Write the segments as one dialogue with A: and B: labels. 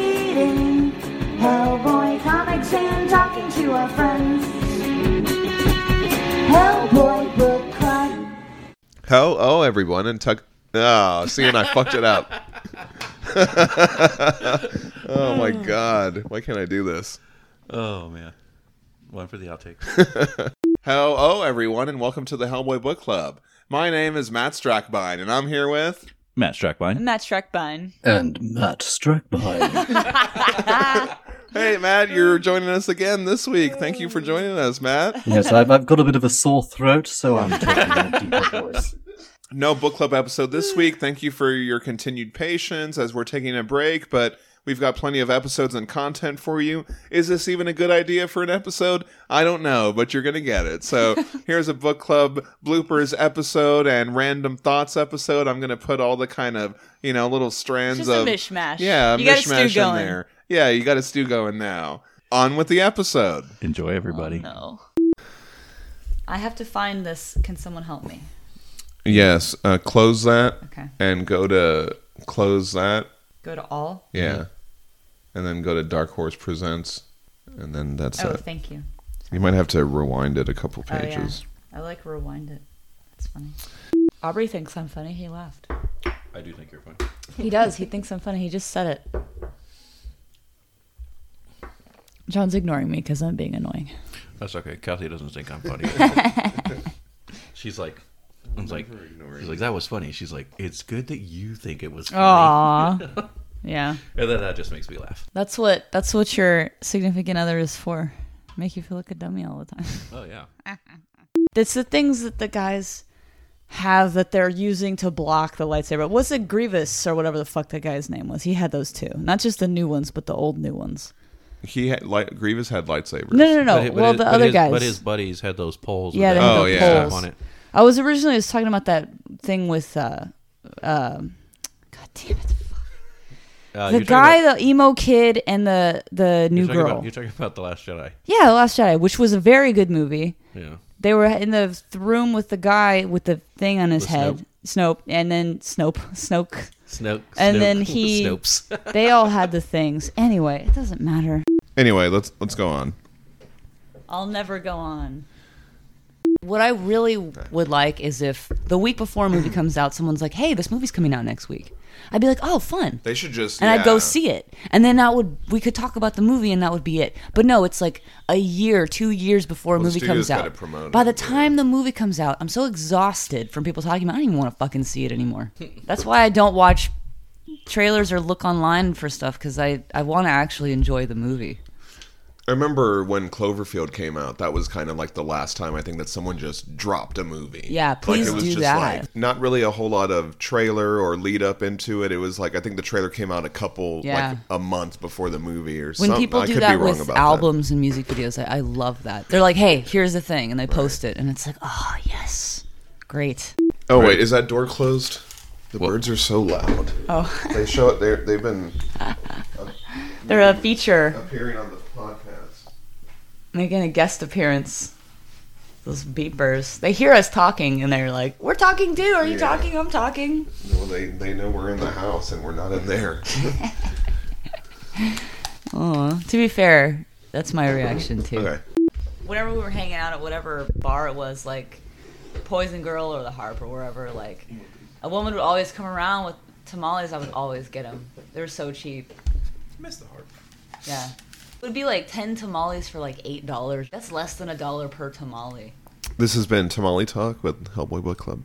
A: reading Hellboy comics and talking to our friends. Hellboy book club.
B: Ho, oh, everyone, and tuck. Oh, see, and I fucked it up. oh my god, why can't I do this?
C: Oh man, one for the outtakes.
B: Ho, oh, everyone, and welcome to the Hellboy Book Club. My name is Matt Strackbine, and I'm here with.
C: Matt Strackbine.
D: Matt Strackbine.
E: And Matt Strackbine.
B: Hey, Matt, you're joining us again this week. Thank you for joining us, Matt.
E: yes, I've, I've got a bit of a sore throat, so I'm talking in a deeper voice.
B: No book club episode this week. Thank you for your continued patience as we're taking a break, but we've got plenty of episodes and content for you. Is this even a good idea for an episode? I don't know, but you're going to get it. So here's a book club bloopers episode and random thoughts episode. I'm going to put all the kind of, you know, little strands
D: Just a
B: of.
D: mishmash.
B: Yeah, a
D: you got a stew
B: mishmash in
D: going.
B: there. Yeah, you got a stew going now. On with the episode.
C: Enjoy everybody.
D: No. I have to find this. Can someone help me?
B: Yes, uh, close that
D: Okay.
B: and go to close that.
D: Go to all.
B: Yeah. And then go to Dark Horse Presents. And then that's
D: oh,
B: it.
D: thank you.
B: You might have to rewind it a couple
D: Oh, yeah.
B: pages.
D: I like rewind it. It's funny. Aubrey thinks I'm funny. He laughed.
C: I do think you're funny.
D: He does. He thinks I'm funny. He just said it. John's ignoring me because I'm being annoying.
C: That's okay. Kathy doesn't think I'm funny. she's like, I was like, she's like, that was funny. She's like, it's good that you think it was funny.
D: Aww. yeah.
C: And then that just makes me laugh.
D: That's what that's what your significant other is for. Make you feel like a dummy all the time.
C: Oh yeah.
D: It's the things that the guys have that they're using to block the lightsaber. Was it Grievous or whatever the fuck that guy's name was? He had those two, not just the new ones, but the old new ones.
B: He had, light, Grievous had lightsabers.
D: No, no, no.
C: But it- but
D: well,
C: it-
D: the
C: but
D: other
C: his,
D: guys.
C: But his buddies had those poles. with
D: Yeah, they
C: the-
B: had Oh, the yeah.
C: stuff
D: poles.
C: on it. Uh,
D: I was originally just talking about that thing with, uh, um, God damn it,
C: Uh,
D: the
C: you're talking
D: guy,
C: about-
D: the emo kid, and the the
C: you're
D: new
C: talking
D: girl.
C: About, you're talking about the Last Jedi.
D: yeah, The Last Jedi, which was a very good movie.
C: Yeah.
D: They were in the th- room with the guy with the thing on his
C: With
D: head, Snope, and then Snope, Snoke.
C: Snoke.
D: And
C: Snoke-
D: then he-
C: Snopes.
D: They all had the things. Anyway, it doesn't matter.
B: Anyway, let's let's go on.
D: I'll never go on. What I really would like is if the week before a movie comes out, someone's like, "Hey, this movie's coming out next week." I'd be like, "Oh, fun!"
B: They should just.
D: and I'd
B: yeah.
D: go see it, and then that would we could talk about the movie, and that would be it. But no, it's like a year, two years before a
B: Well,
D: movie
B: studios
D: comes
B: gotta
D: out.
B: promote
D: By
B: it,
D: the
B: yeah.
D: time the movie comes out, I'm so exhausted from people talking about. it, I don't even want to fucking see it anymore. That's why I don't watch trailers or look online for stuff because I I want to actually enjoy the movie.
B: I remember when Cloverfield came out. That was kind of like the last time I think that someone just dropped a movie.
D: Yeah, please do that.
B: not really a whole lot of trailer or lead up into it. It was like I think the trailer came out a couple
D: Yeah.
B: like a month before the movie or
D: when
B: something.
D: people
B: I
D: do
B: could be
D: that
B: wrong
D: with
B: about
D: albums and music videos, I, I love that. They're like, "Hey, here's the thing," and they post it, and it's like, "Oh yes, great."
B: That. Oh wait, is that door closed? The birds are so loud.
D: Oh,
B: They show it. They they've been
D: they're a feature.
B: appearing on the podcast.
D: Making a guest appearance. Those beepers. They hear us talking, and they're like, "We're talking too. Are you
B: Yeah.
D: talking? I'm talking."
B: Well, they they know we're in the house and we're not in there.
D: Oh, to be fair, that's my reaction too.
B: okay.
D: whenever we were hanging out at whatever bar it was, like Poison Girl or the Harp or wherever, like a woman would always come around with tamales. I would always get them. They were so cheap. Miss the Harp. Yeah. It would be like 10 tamales for like $8. That's less than a dollar per tamale.
B: This has been Tamale Talk with Hellboy Book Club.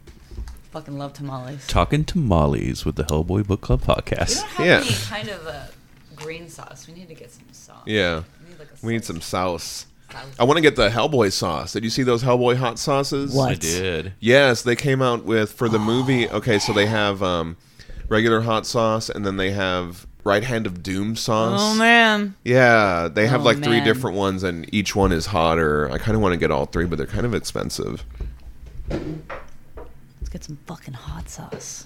D: Fucking love tamales.
C: Talking to Molly's with the Hellboy Book Club
D: We
C: podcast.
D: don't have
B: Yeah.
D: any kind of a green sauce. We need to get some sauce.
B: Yeah.
D: We need, like a
B: We need
D: sauce.
B: some sauce.
D: Sauce.
B: I want to get the Hellboy sauce. Did you see those Hellboy hot sauces?
D: What?
C: I did.
B: Yes, they came out with for the movie. Okay, so they have um, regular hot sauce, and then they have Right Hand of Doom sauce.
D: Oh man.
B: Yeah, they have
D: Oh,
B: like three
D: man.
B: different ones, and each one is hotter. I kind of want to get all three, but they're kind of expensive.
D: Let's get some fucking hot sauce.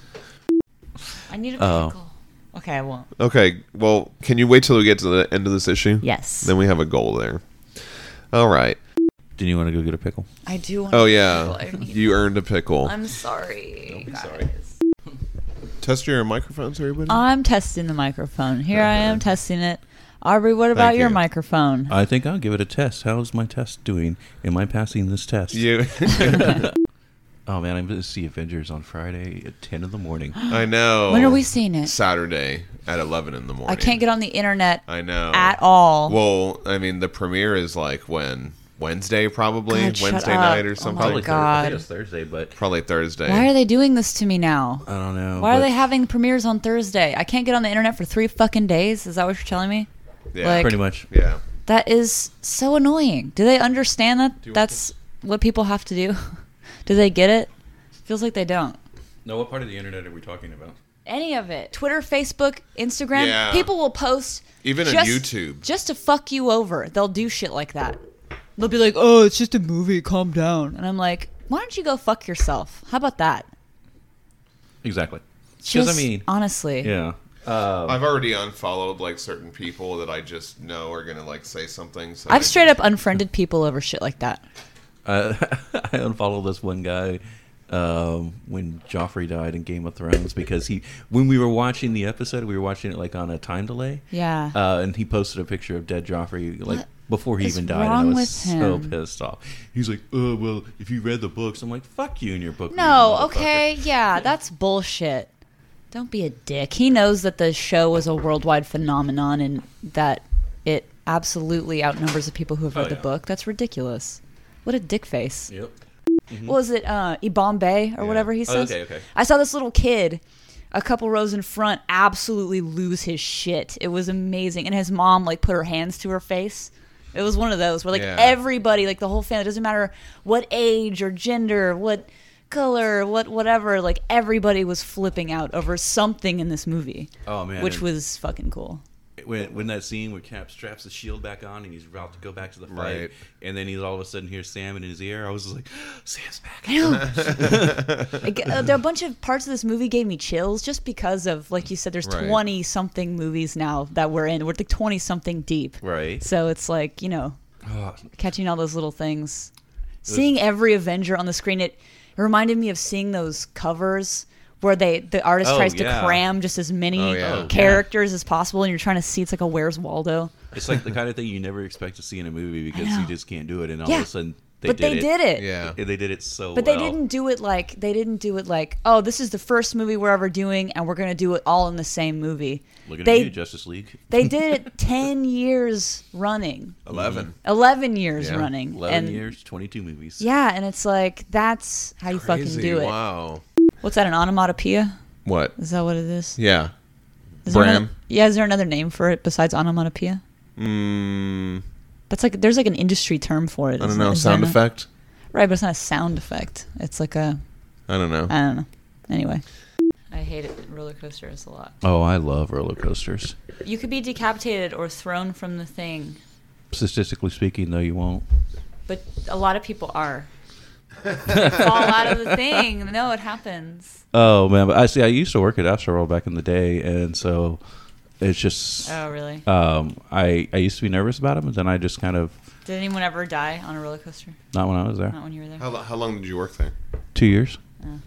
D: I need a
C: Oh.
D: pickle. Okay, I won't.
B: Okay, well, can you wait till we get to the end of this issue?
D: Yes.
B: Then we have a goal there. All right.
C: Did you want to go get a pickle?
D: I do want
B: Oh
D: to
B: yeah,
D: pickle. I need-
B: you earned a pickle.
D: I'm sorry. guys.
B: Test your microphones, everybody.
D: I'm testing the microphone. Here I am testing it. Aubrey, what about
B: Thank
D: your
B: you. Oh.
D: microphone?
C: I think I'll give it a test. How's my test doing? Am I passing this test?
B: you.
C: Oh man, I'm going to see Avengers on Friday at 10 in the morning.
D: Oh
B: I know.
D: When are we seeing it?
B: Saturday at 11 in the morning.
D: I can't get on the internet
B: I know.
D: at all.
B: Well, I mean, the premiere is like when Wednesday, probably
D: God, shut
B: Wednesday
D: up.
B: night
D: Oh my
B: or something. probably,
C: Probably Thurs-
D: God.
C: I think it's Thursday, but
B: Thursday.
D: Why are they doing this to me now?
C: I don't know.
D: Why are
C: but
D: they having premieres on Thursday? I can't get on the internet for three fucking days. Is that what you're telling me?
B: yeah.
D: like-
C: Pretty much.
B: yeah.
D: That is so annoying. Do they understand that
B: you want
D: that's what people have to do? do they get it? Feels like they don't.
C: Now, what part of the internet are we talking about?
D: Any of it. Twitter, Facebook, Instagram.
B: Yeah.
D: People will post.
B: Even on
D: just-
B: YouTube.
D: Just to fuck you over. They'll do shit like that. They'll be like, oh, it's just a movie. Calm down. And I'm like, why don't you go fuck yourself? How about that?
C: Exactly. Because
D: Just
C: I mean,
D: honestly.
C: yeah.
B: I've already unfollowed like certain people that I just know are gonna like say something. So I
D: I've straight up unfriended people over shit like that.
C: Uh, I unfollowed this one guy um, when Joffrey died in Game of Thrones because he, when we were watching the episode, we were watching it like on a time delay.
D: Yeah.
C: Uh, and he posted a picture of dead Joffrey like
D: What
C: before he
D: is
C: even died.
D: wrong
C: and I
D: with
C: was so
D: him?
C: pissed off. He's like, "Oh well, if you read the books," I'm like, "Fuck you and your book."
D: No,
C: reading, motherfucker."
D: okay, yeah, that's bullshit. Don't be a dick. He knows that the show was a worldwide phenomenon and that it absolutely outnumbers the people who have read
C: Oh,
D: the
C: yeah.
D: book. That's ridiculous. What a dick face.
C: Yep.
D: What was it, uh, Ibombe or whatever he
C: Oh,
D: says?
C: okay, okay.
D: I saw this little kid a couple rows in front absolutely lose his shit. It was amazing. And his mom, like, put her hands to her face. It was one of those where, like,
B: Yeah.
D: everybody, like, the whole family, doesn't matter what age or gender, what color, what whatever, like, everybody was flipping out over something in this movie.
C: Oh, man,
D: Which
C: and-
D: was fucking cool.
C: when, when that scene where Cap straps the shield back on and he's about to go back to the fight,
B: Right.
C: and then he's all of a sudden hears Sam in his ear, I was just like, Sam's back.
D: Like, uh, there are a bunch of parts of this movie gave me chills just because of like you said there's
B: Right.
D: 20 something movies now that we're in we're like 20 something deep
C: Right.
D: so it's like you know
C: Oh,
D: catching all those little things seeing every avenger on the screen it reminded me of seeing those covers where they the artist
C: Oh,
D: tries
C: yeah.
D: to cram just as many
B: Oh, yeah. Oh,
D: characters as possible and you're trying to see it's like a where's waldo
C: it's like the kind of thing you never expect to see in a movie because
D: I
C: you
D: know.
C: just can't do it, and all
D: Yeah.
C: of a sudden they
D: but
C: did
D: they
C: it.
D: did it
B: Yeah.
C: And they did it so
D: But
C: well.
D: they didn't do it like they didn't do it like oh this is the first movie we're ever doing and we're gonna do it all in the same movie.
C: Looking
D: they
C: at you, Justice League.
D: they did it ten years running,
B: eleven.
D: eleven years
B: Yeah,
D: running,
C: 11
D: and
C: years, 22 movies.
D: yeah, and it's like that's how you fucking
B: Crazy,
D: do it.
B: Wow.
D: What's that an onomatopoeia?
B: What?
D: Is that what it is?
B: Yeah.
D: Is there
B: Bram.
D: another- yeah, is there another name for it besides onomatopoeia?
B: Mm,
D: That's like there's like an industry term for it.
B: I don't
D: isn't-
B: know.
D: is there
B: Sound
D: not?
B: effect.
D: Right, but it's not a sound effect. It's like a
B: I don't know.
D: I don't know. Anyway. I hate it. Roller coasters a lot.
C: Oh, I love roller coasters.
D: You could be decapitated or thrown from the thing,
C: Statistically speaking, though, you won't.
D: but a lot of people are. They fall out of the thing. No, it happens.
C: Oh man, but I see. I used to work at Astroworld back in the day, and so it's just
D: Oh, really?
C: um, I I used to be nervous about them, and then I just kind of
D: Did anyone ever die on a roller coaster?
C: not when I was there.
D: Not when you were there.
B: How, lo- how long did you work there?
C: Two years.
D: Oh.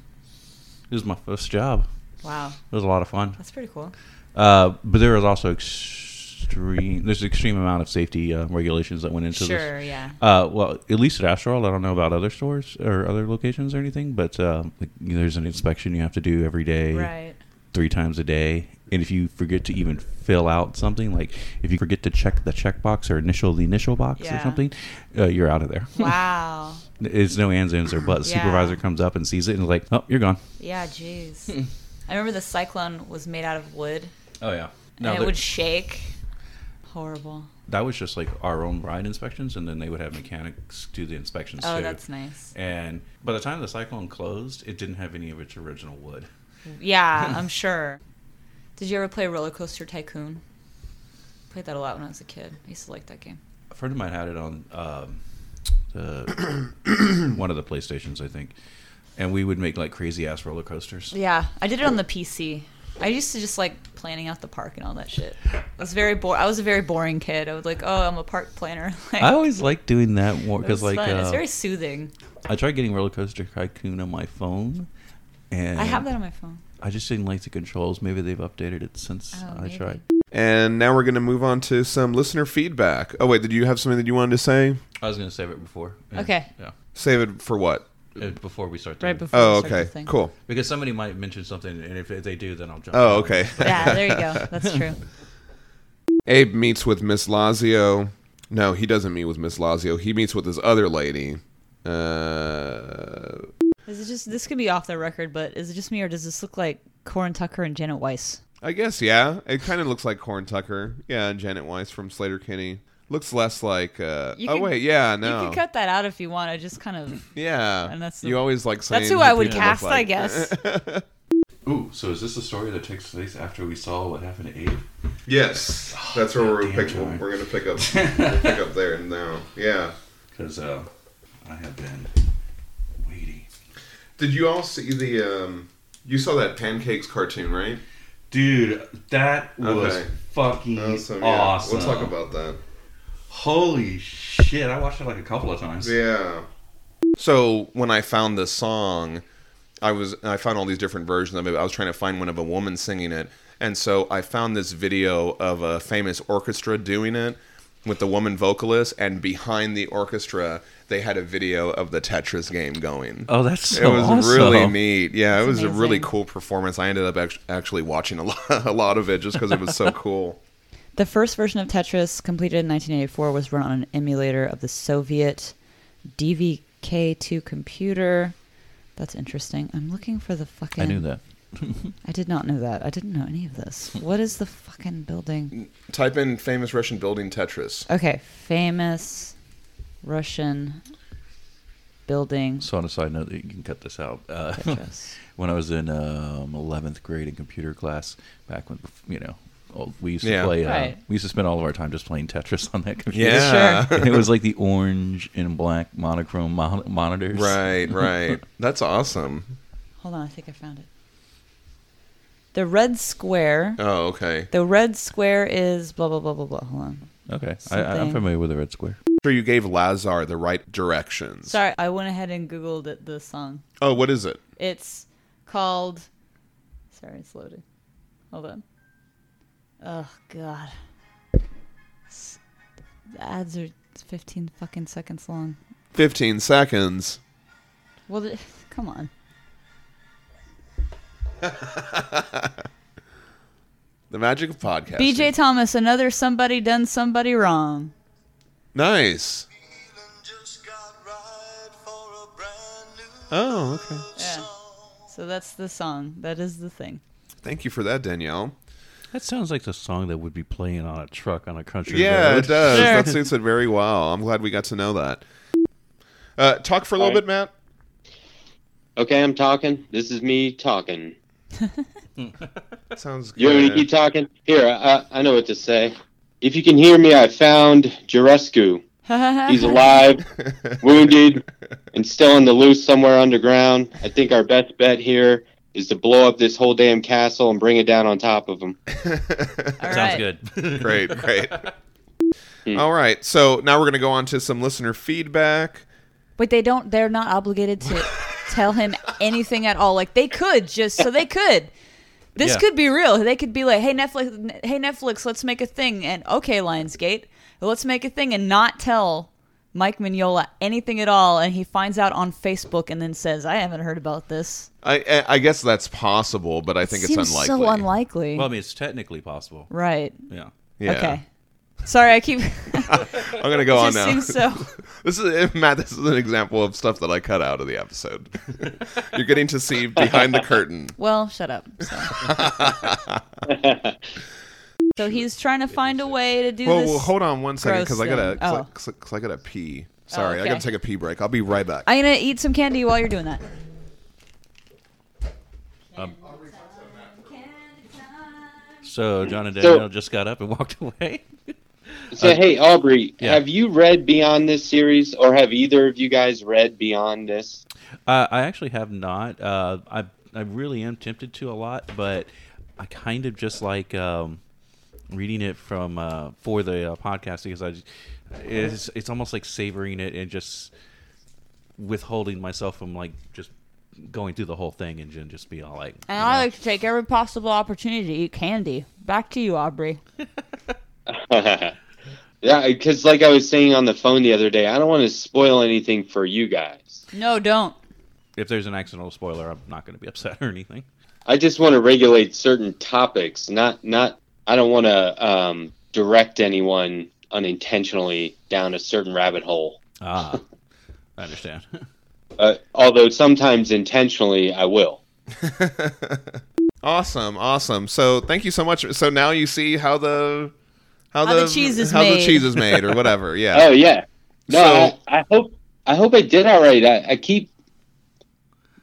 C: It was my first job.
D: Wow,
C: It was a lot of fun.
D: that's pretty cool.
C: Uh, but there was also extreme. There's an extreme amount of safety uh, regulations that went into this.
D: Sure, yeah.
C: Uh, well, at least at Astroworld, I don't know about other stores or other locations or anything, but um, like, you know, there's an inspection you have to do every day,
D: Right.
C: three times a day. And if you forget to even fill out something, like if you forget to check the checkbox or initial the initial box
D: Yeah.
C: or something, uh, you're out of there.
D: Wow.
C: it's no ands, ands, or buts.
D: Yeah.
C: Supervisor comes up and sees it and is like, oh, you're gone.
D: Yeah, jeez. I remember the cyclone was made out of wood,
C: Oh, yeah.
D: and
C: No,
D: it
C: there-
D: would shake. Horrible.
C: that was just like our own ride inspections, and then they would have mechanics do the inspections
D: Oh,
C: too.
D: that's nice.
C: And by the time the cyclone closed, it didn't have any of its original wood.
D: Yeah, I'm sure. Did you ever play Roller Coaster Tycoon? Played that a lot when I was a kid. I used to like that game.
C: A friend of mine had it on um, the, one of the PlayStations, I think, and we would make like crazy ass roller coasters.
D: Yeah, I did it on the PC. I used to just like planning out the park and all that shit. I was very bo- I was a very boring kid. I was like, oh, I'm a park planner. Like,
C: I always liked doing that more
D: it was
C: because like
D: fun. it's
C: uh,
D: very soothing.
C: I tried getting Roller Coaster Tycoon on my phone, and
D: I have that on my phone.
C: I just didn't like the controls. Maybe they've updated it since
D: Oh,
C: I
D: maybe.
C: tried.
B: And now we're going to move on to some listener feedback. Oh, wait, did you have something that you wanted to say?
C: I was gonna save it before. Yeah.
D: Okay.
C: Yeah.
B: Save it for what?
C: Uh, Before we start. doing
D: Right
C: it.
D: before.
B: Oh,
D: we start
B: okay.
D: this thing.
B: Cool.
C: Because somebody might mention something, and if they do, then I'll jump.
B: Oh,
C: in.
B: okay.
D: Yeah, there you go. That's true.
B: Abe meets with Miss Lazio. No, he doesn't meet with Miss Lazio. He meets with this other lady. Uh,
D: Is it just this could be off the record, but is it just me or does this look like Corin Tucker and Janet Weiss?
B: I guess yeah. It kind of looks like Corn Tucker. Yeah, and Janet Weiss from Slater Kinney. Looks less like. Uh,
D: You
B: oh
D: can-
B: wait, yeah,
D: You
B: no,
D: can cut that out if you want. I just kind of
B: yeah.
D: And that's the-
B: you always like saying.
D: that's who I would
B: people look
D: cast, I
B: like.
D: guess.
C: Ooh, so is this a story that takes place after we saw what happened to Abe?
B: Yes, that's where we're
C: Damn
B: pick,
C: time.
B: we're gonna pick up we'll pick up there and now. Yeah.
C: Because uh, I have been waiting.
B: Did you all see the? um You saw that pancakes cartoon, right?
C: Dude, that was
B: Okay.
C: fucking awesome.
B: Awesome. Yeah. We'll talk about that.
C: Holy shit! I watched it like a couple of times.
B: Yeah. So when I found this song, I was I found all these different versions of it. I was trying to find one of a woman singing it, and so I found this video of a famous orchestra doing it with the woman vocalist, and behind the orchestra they had a video of the Tetris game going.
C: Oh, that's so
B: it was
C: awesome.
B: really neat. Yeah, it was a really
D: amazing.
B: cool performance. I ended up act- actually watching a lot, a lot of it just because it was so cool.
D: The first version of Tetris, completed in 1984, was run on an emulator of the Soviet DVK2 computer. That's interesting. I'm looking for the fucking.
C: I knew that.
D: I did not know that. I didn't know any of this. What is the fucking building?
B: Type in famous Russian building Tetris.
D: Okay, famous Russian building
C: So on a side note, you can cut this out. Uh,
D: Tetris.
C: when I was in um, 11th grade in computer class, back when you know, old, we used to
B: Yeah.
C: play. Uh,
D: Right.
C: We used to spend all of our time just playing Tetris on that computer.
B: Yeah.
C: and it was like the orange and black monochrome mon- monitors.
B: Right, right. That's awesome.
D: Hold on, I think I found it. The red square.
B: Oh, okay.
D: The red square is blah blah blah blah blah. Hold on.
C: Okay, I, I- I'm
D: Something.
C: familiar with the red square.
B: sure you gave Lazar the right directions.
D: Sorry, I went ahead and googled it, the song.
B: Oh, what is it?
D: It's called. Sorry, it's loading. Hold on. Oh God. S- The ads are 15 fucking seconds long.
B: 15 seconds.
D: Well, th- come on.
B: The magic of podcast.
D: BJ Thomas, another somebody done somebody wrong.
B: Nice. Oh, okay.
D: Yeah. So that's the song. That is the thing.
B: Thank you for that, Danielle.
C: That sounds like the song that would be playing on a truck on a country
B: Yeah,
C: road.
B: it does.
D: Sure.
B: That suits it very well. I'm glad we got to know that. Uh, talk for a little
F: All right.
B: bit, Matt.
F: Okay, I'm talking. This is me talking.
B: Sounds good.
F: You want me to keep talking? Here, I, I know what to say. If you can hear me, I found Jurescu. He's alive, wounded, and still on the loose somewhere underground. I think our best bet here is to blow up this whole damn castle and bring it down on top of him.
D: All
C: Sounds
D: right.
C: good.
B: great, great. All right, so now we're going to go on to some listener feedback.
D: But they don't. They're not obligated to tell him anything at all. Like they could just so they could. This
C: Yeah.
D: could be real. They could be like, "Hey Netflix, hey Netflix, let's make a thing." And okay, Lionsgate, let's make a thing and not tell Mike Mignola anything at all. And he finds out on Facebook and then says, "I haven't heard about this."
B: I, I, I guess that's possible, but I think it's
D: Seems
B: unlikely.
D: so unlikely.
C: Well, I mean, it's technically possible.
D: right.
C: Yeah.
B: Yeah.
D: Okay. Sorry, I keep.
B: I'm going to go on
D: just
B: now.
D: seems so.
B: This is eh, Matt. This is an example of stuff that I cut out of the episode. You're getting to see behind the curtain.
D: Well, shut up. So, So he's trying to find a way to do
B: Well,
D: this.
B: well, hold on one second
D: gross
B: because I gotta,
D: thing.
B: cause I-
D: Oh.
B: cause I, cause I gotta pee. Sorry, I
D: okay.
B: gotta take a pee break. I'll be right back.
D: I'm gonna eat some candy while you're doing that.
C: So John and
F: So-
C: Danielle just got up and walked away.
F: So, hey, Aubrey,
C: yeah.
F: have you read Beyond this series, or have either of you guys read Beyond this?
C: Uh, I actually have not. Uh, I I really am tempted to a lot, but I kind of just like um, reading it from uh, for the uh, podcast because I just, it's it's almost like savoring it and just withholding myself from like just going through the whole thing and then just be all like,
D: And I like to take every possible opportunity to eat candy. Back to you, Aubrey.
G: yeah, because like I was saying on the phone the other day, I don't want to spoil anything for you guys.
D: No, don't.
C: if there's an accidental spoiler, I'm not going to be upset or anything.
G: I just want to regulate certain topics. Not not. I don't want to um, direct anyone unintentionally down a certain rabbit hole.
C: Ah, I understand.
G: Uh, although sometimes intentionally, I will.
B: Awesome, awesome. So thank you so much. So now you see how the how,
D: How the cheese is
B: how the
D: made.
B: cheese is made or whatever.
G: Oh
B: Yeah.
G: yeah. No,
B: So-
G: I, I hope I hope I did all right. I, I keep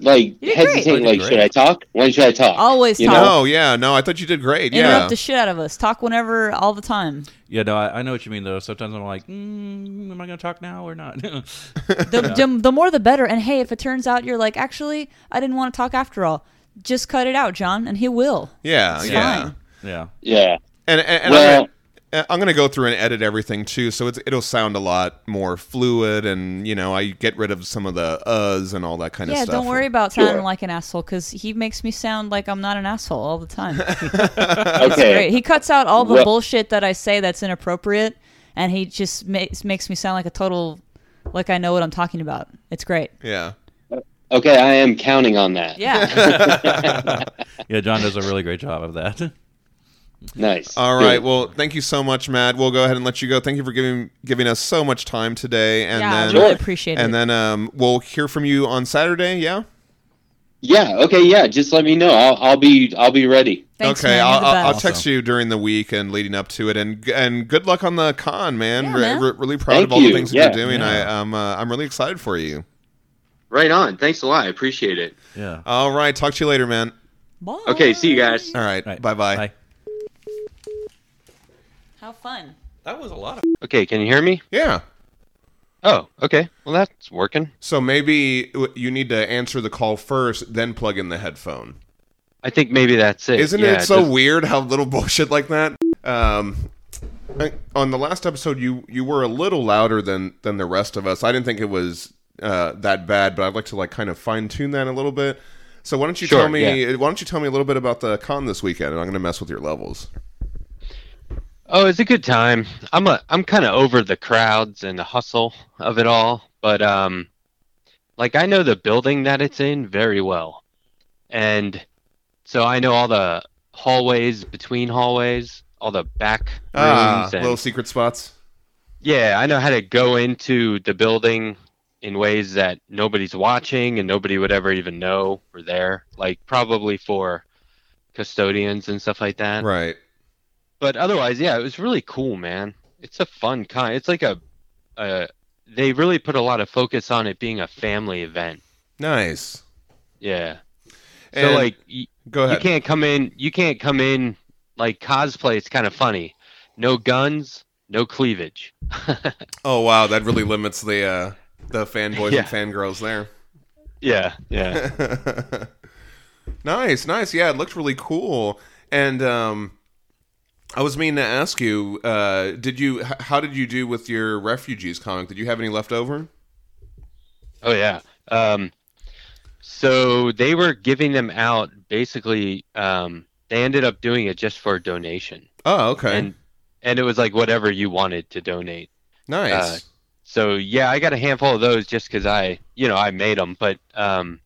G: like
D: You did
G: hesitating.
C: great.
G: Like, should I talk? When should I talk?
D: Always
G: You
D: talk.
G: know?
B: no, yeah, no. I thought you did great.
D: Interrupt
B: Yeah.
D: the shit out of us. Talk whenever, all the time.
C: yeah, no, I, I know what you mean though. Sometimes I'm like, mm, am I going to talk now or not?
D: The, the, the more the better. And hey, if it turns out you're like, actually, I didn't want to talk after all, just cut it out, John, and he will.
B: Yeah, yeah.
D: fine.
C: yeah,
G: Yeah.
B: And and, and
G: Well-
B: I'm, gonna, uh, I'm gonna go through and edit everything too, so it's, it'll sound a lot more fluid, and you know I get rid of some of the uhs and all that kind
D: Yeah,
B: of stuff.
D: don't worry about sounding
G: Sure.
D: like an asshole because he makes me sound like I'm not an asshole all the time.
G: Okay.
D: Great. He cuts out all the
G: Well-
D: bullshit that I say that's inappropriate, and he just makes makes me sound like a total, like I know what I'm talking about. It's great.
B: Yeah.
G: Okay, I am counting on that.
D: Yeah.
C: yeah. John does a really great job of that.
G: Nice.
B: All right.
G: Good.
B: Well, thank you so much, Matt. We'll go ahead and let you go. Thank you for giving giving us so much time today, and
D: yeah, I
B: then
D: really
G: Sure.
D: appreciate
B: and
D: it.
B: then um, we'll hear from you on Saturday. Yeah.
G: Yeah. Okay. Yeah. Just let me know. I'll, I'll be. I'll be ready.
D: Thanks,
B: okay,
D: man. You're
B: I'll,
D: the
B: I'll, I'll
D: best.
B: text you during the week and leading up to it, and and good luck on the con, man.
D: Yeah,
B: Re-
D: man.
B: re- really proud
G: Thank
B: of all the
G: you.
B: things
G: Yeah.
B: that you're doing. I um uh, I'm really excited for you.
G: Right on. Thanks a lot. I appreciate it.
C: Yeah.
B: All right, talk to you later, man.
D: Bye.
G: Okay. See you guys.
B: All right,
C: Right.
B: bye bye.
D: Have fun.
C: That was a lot of.
G: Okay. Can you hear me?
B: Yeah.
G: Oh. Okay. Well, that's working.
B: So maybe w- you need to answer the call first, then plug in the headphone.
G: I think maybe that's it.
B: Isn't it
G: Yeah,
B: so
G: just-
B: weird how little bullshit like that? Um, I- on the last episode, you you were a little louder than than the rest of us. I didn't think it was uh, that bad, but I'd like to like kind of fine tune that a little bit. So why don't you
G: Sure,
B: tell me? Why don't you tell me a little bit about the con this weekend? And I'm going to mess with your levels.
G: Oh, it's a good time. I'm a I'm kind of over the crowds and the hustle of it all, but um like I know the building that it's in very well. And so I know all the hallways between hallways, all the back rooms
B: Ah,
G: and
B: little secret spots.
G: yeah, I know how to go into the building in ways that nobody's watching and nobody would ever even know were there, like probably for custodians and stuff like that
B: Right.
G: but otherwise, yeah, it was really cool, man. It's a fun kind. It's like a, a they really put a lot of focus on it being a family event.
B: Nice.
G: Yeah.
B: And,
G: so like y-
B: go
G: you
B: ahead.
G: can't come in, you can't come in like cosplay. It's kind of funny. No guns, no cleavage.
B: Oh wow, that really limits the uh, the fanboys
G: Yeah.
B: and fangirls there.
G: Yeah, yeah.
B: nice, nice. Yeah, it looked really cool. And um, I was meaning to ask you, uh, did you? h- How did you do with your refugees comic? Did you have any left over?
G: oh yeah. Um, so they were giving them out basically. Um, they ended up doing it just for a donation,
B: Oh, okay,
G: and uh, and it was like whatever you wanted to donate.
B: nice.
G: So yeah, I got a handful of those just because I, you know, I made them, but um,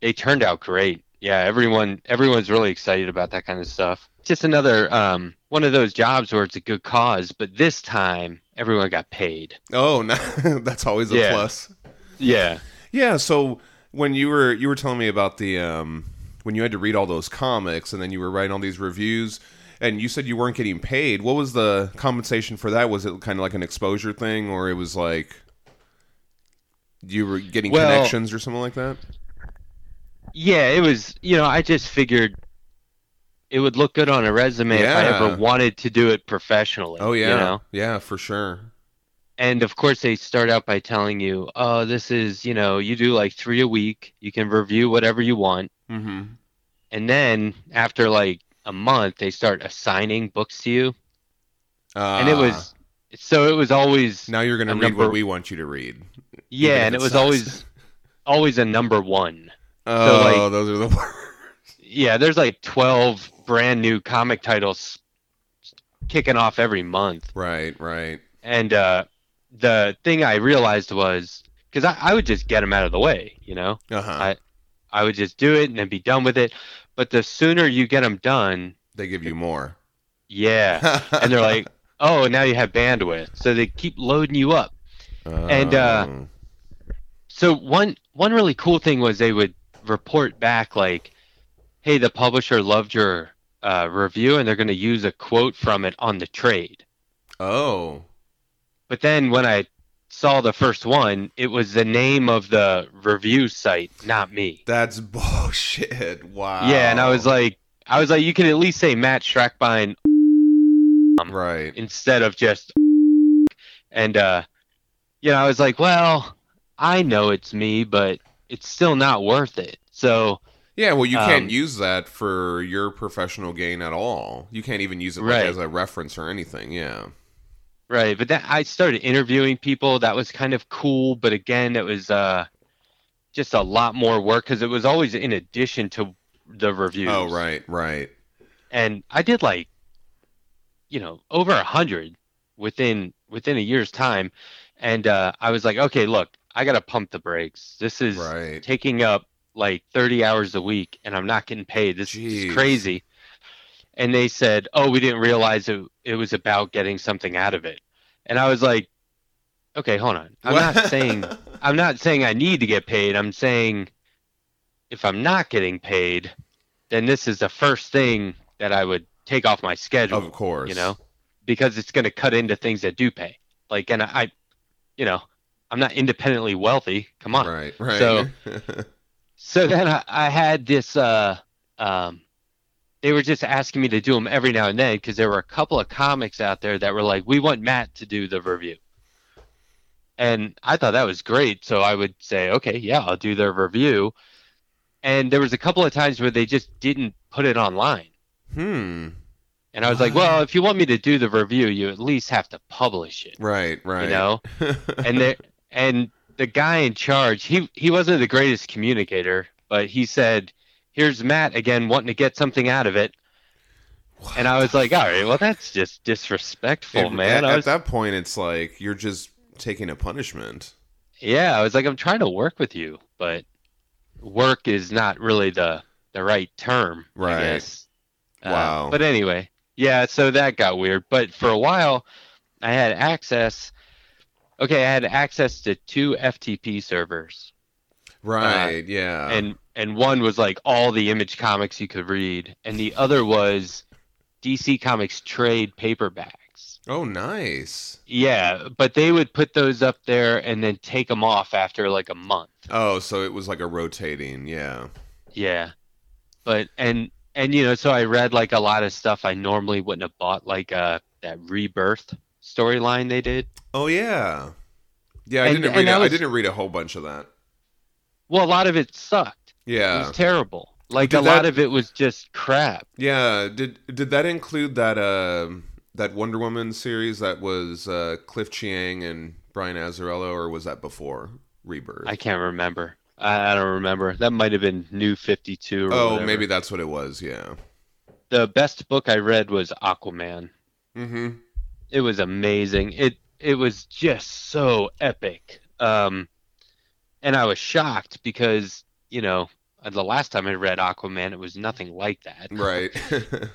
G: they turned out great. Yeah, everyone, everyone's really excited about that kind of stuff. Just another um, one of those jobs where it's a good cause, but this time everyone got paid.
B: oh, no, that's always a
G: Yeah.
B: plus.
G: Yeah,
B: Yeah. So when you were you were telling me about the um, when you had to read all those comics and then you were writing all these reviews. And you said you weren't getting paid. What was the compensation for that? Was it kind of like an exposure thing, or it was like you were getting
G: Well-
B: connections or something like that?
G: yeah, it was. You know, I just figured it would look good on a resume if I
B: Yeah.
G: ever wanted to do it professionally.
B: Oh yeah,
G: you know?
B: yeah, for sure.
G: and of course they start out by telling you oh this is you know you do like three a week you can review whatever you want
B: Mm-hmm.
G: and then after like a month they start assigning books to you
B: Uh,
G: and it was so it was always
B: now you're gonna
G: a
B: read
G: number-
B: what we want you to read. even
G: yeah
B: if
G: and
B: it
G: it was
B: sucks.
G: always always a number one
B: Oh,
G: like-
B: those are the worst.
G: Yeah, there's like 12 brand new comic titles kicking off every month.
B: Right, right.
G: And uh, the thing I realized was because I, I would just get them out of the way, you know?
B: Uh huh.
G: I- I would just do it and then be done with it. But the sooner you get them done,
B: They give you more.
G: yeah. and they're like, oh, now you have bandwidth. So they keep loading you up. and, uh,
B: Oh.
G: So one one really cool thing was they would report back like, hey, the publisher loved your uh, review and they're going to use a quote from it on the trade.
B: oh,
G: But then when I saw the first one, it was the name of the review site, not me.
B: that's bullshit. Wow.
G: Yeah, and I was like, I was like, you can at least say Matt Strackbine
B: right.
G: instead of just and uh you know i was like well i know it's me but it's still not worth it so
B: Yeah, well, you can't
G: Um,
B: use that for your professional gain at all. You can't even use it like,
G: Right.
B: as a reference or anything. Yeah.
G: right but then i started interviewing people that was kind of cool but again it was uh just a lot more work because it was always in addition to the reviews
B: Oh, right, right.
G: and i did like you know over a hundred within within a year's time and uh i was like okay look i gotta pump the brakes this is
B: Right.
G: taking up like 30 hours a week and I'm not getting paid. This
B: Jeez.
G: is crazy. And they said, Oh, we didn't realize it, it was about getting something out of it. And I was like, Okay, hold on. I'm
B: What?
G: not saying I'm not saying I need to get paid. I'm saying if I'm not getting paid, then this is the first thing that I would take off my schedule
B: Of course.
G: you know because it's going to cut into things that do pay like and I, I you know i'm not independently wealthy come on
B: Right, right.
G: So- so then I, I had this uh um they were just asking me to do them every now and then because there were a couple of comics out there that were like we want matt to do the review and i thought that was great so i would say okay yeah i'll do their review and there was a couple of times where they just didn't put it online
B: hmm.
G: and i was like well if you want me to do the review you at least have to publish it
B: Right, right.
G: you know and there and the guy in charge he he wasn't the greatest communicator but he said here's matt again wanting to get something out of it and i was like all right well that's just disrespectful
B: It-
G: Oh, man
B: At,
G: I
B: at
G: was,
B: that point, it's like you're just taking a punishment.
G: yeah i was like i'm trying to work with you but work is not really the the right term
B: Right.
G: I guess. Uh,
B: Wow.
G: but anyway yeah so that got weird but for a while i had access okay i had access to two ftp servers
B: Right, yeah.
G: Uh, and and one was like all the image comics you could read and the other was dc comics trade paperbacks
B: oh, nice.
G: yeah but they would put those up there and then take them off after like a month
B: Oh, so it was like a rotating, yeah.
G: yeah but and and you know so i read like a lot of stuff i normally wouldn't have bought like uh that rebirth storyline they did
B: Oh, yeah. Yeah, I
G: And-
B: didn't
G: and
B: read.
G: that
B: I
G: was-
B: didn't read a whole bunch of that.
G: well a lot of it sucked it
B: Yeah,
G: was terrible like
B: Oh. Did
G: a lot
B: that-
G: of it was just crap
B: yeah. Did did that include that uh, that Wonder Woman series that was uh, Cliff Chiang and Brian Azzarello, or was that before Rebirth?
G: i can't remember I I don't remember. That might have been New Fifty Two.
B: oh,
G: whatever.
B: maybe that's what it was. Yeah.
G: the best book I read was Aquaman.
B: Mm-hmm.
G: It was amazing. It it was just so epic. Um, and I was shocked because you know uh, the last time I read Aquaman, it was nothing like that.
B: Right.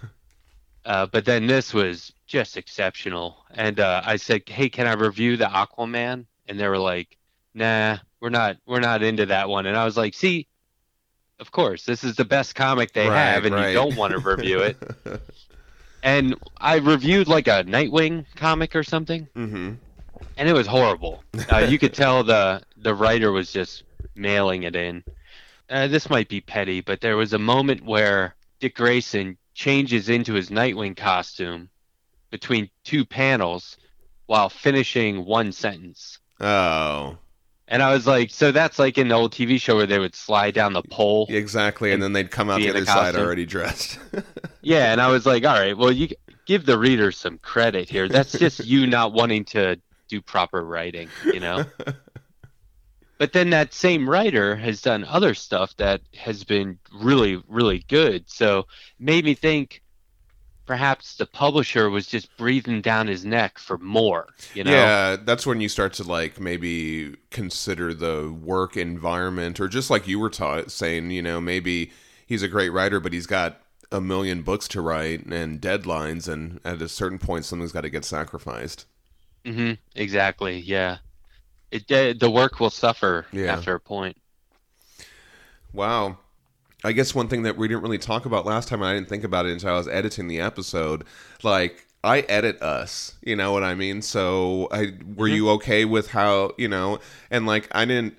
G: Uh, but then this was just exceptional. And uh, I said, "Hey, can I review the Aquaman?" And they were like, "Nah, we're not we're not into that one." And I was like, "See." Of course, this is the best comic they
B: Right,
G: have, and
B: right.
G: you don't want to review it. and I reviewed like a Nightwing comic or something,
B: mm-hmm.
G: and it was horrible. Uh, you could tell the the writer was just mailing it in. Uh, this might be petty, but there was a moment where Dick Grayson changes into his Nightwing costume between two panels while finishing one sentence.
B: Oh,
G: And I was like, so that's like in the old TV show where they would slide down the pole. Yeah,
B: exactly. And then they'd come out
G: Be
B: the
G: in a
B: other side
G: costume.
B: already dressed.
G: and I was like, all right, well, you give the reader some credit here. That's just you not wanting to do proper writing, you know? But then that same writer has done other stuff that has been really, really good. So it made me think perhaps the publisher was just breathing down his neck for more. You know,
B: Yeah, that's when you start to like maybe consider the work environment, or just like you were taught, saying, you know, maybe he's a great writer, but he's got a million books to write and deadlines, and at a certain point, something's got to get sacrificed.
G: hmm exactly. Yeah, it uh, the work will suffer
B: Yeah.
G: after a point.
B: Wow. I guess one thing that we didn't really talk about last time, and I didn't think about it until I was editing the episode, like I edit us, you know what I mean? So I
G: Mm-hmm.
B: were you okay with how, you know, and like I didn't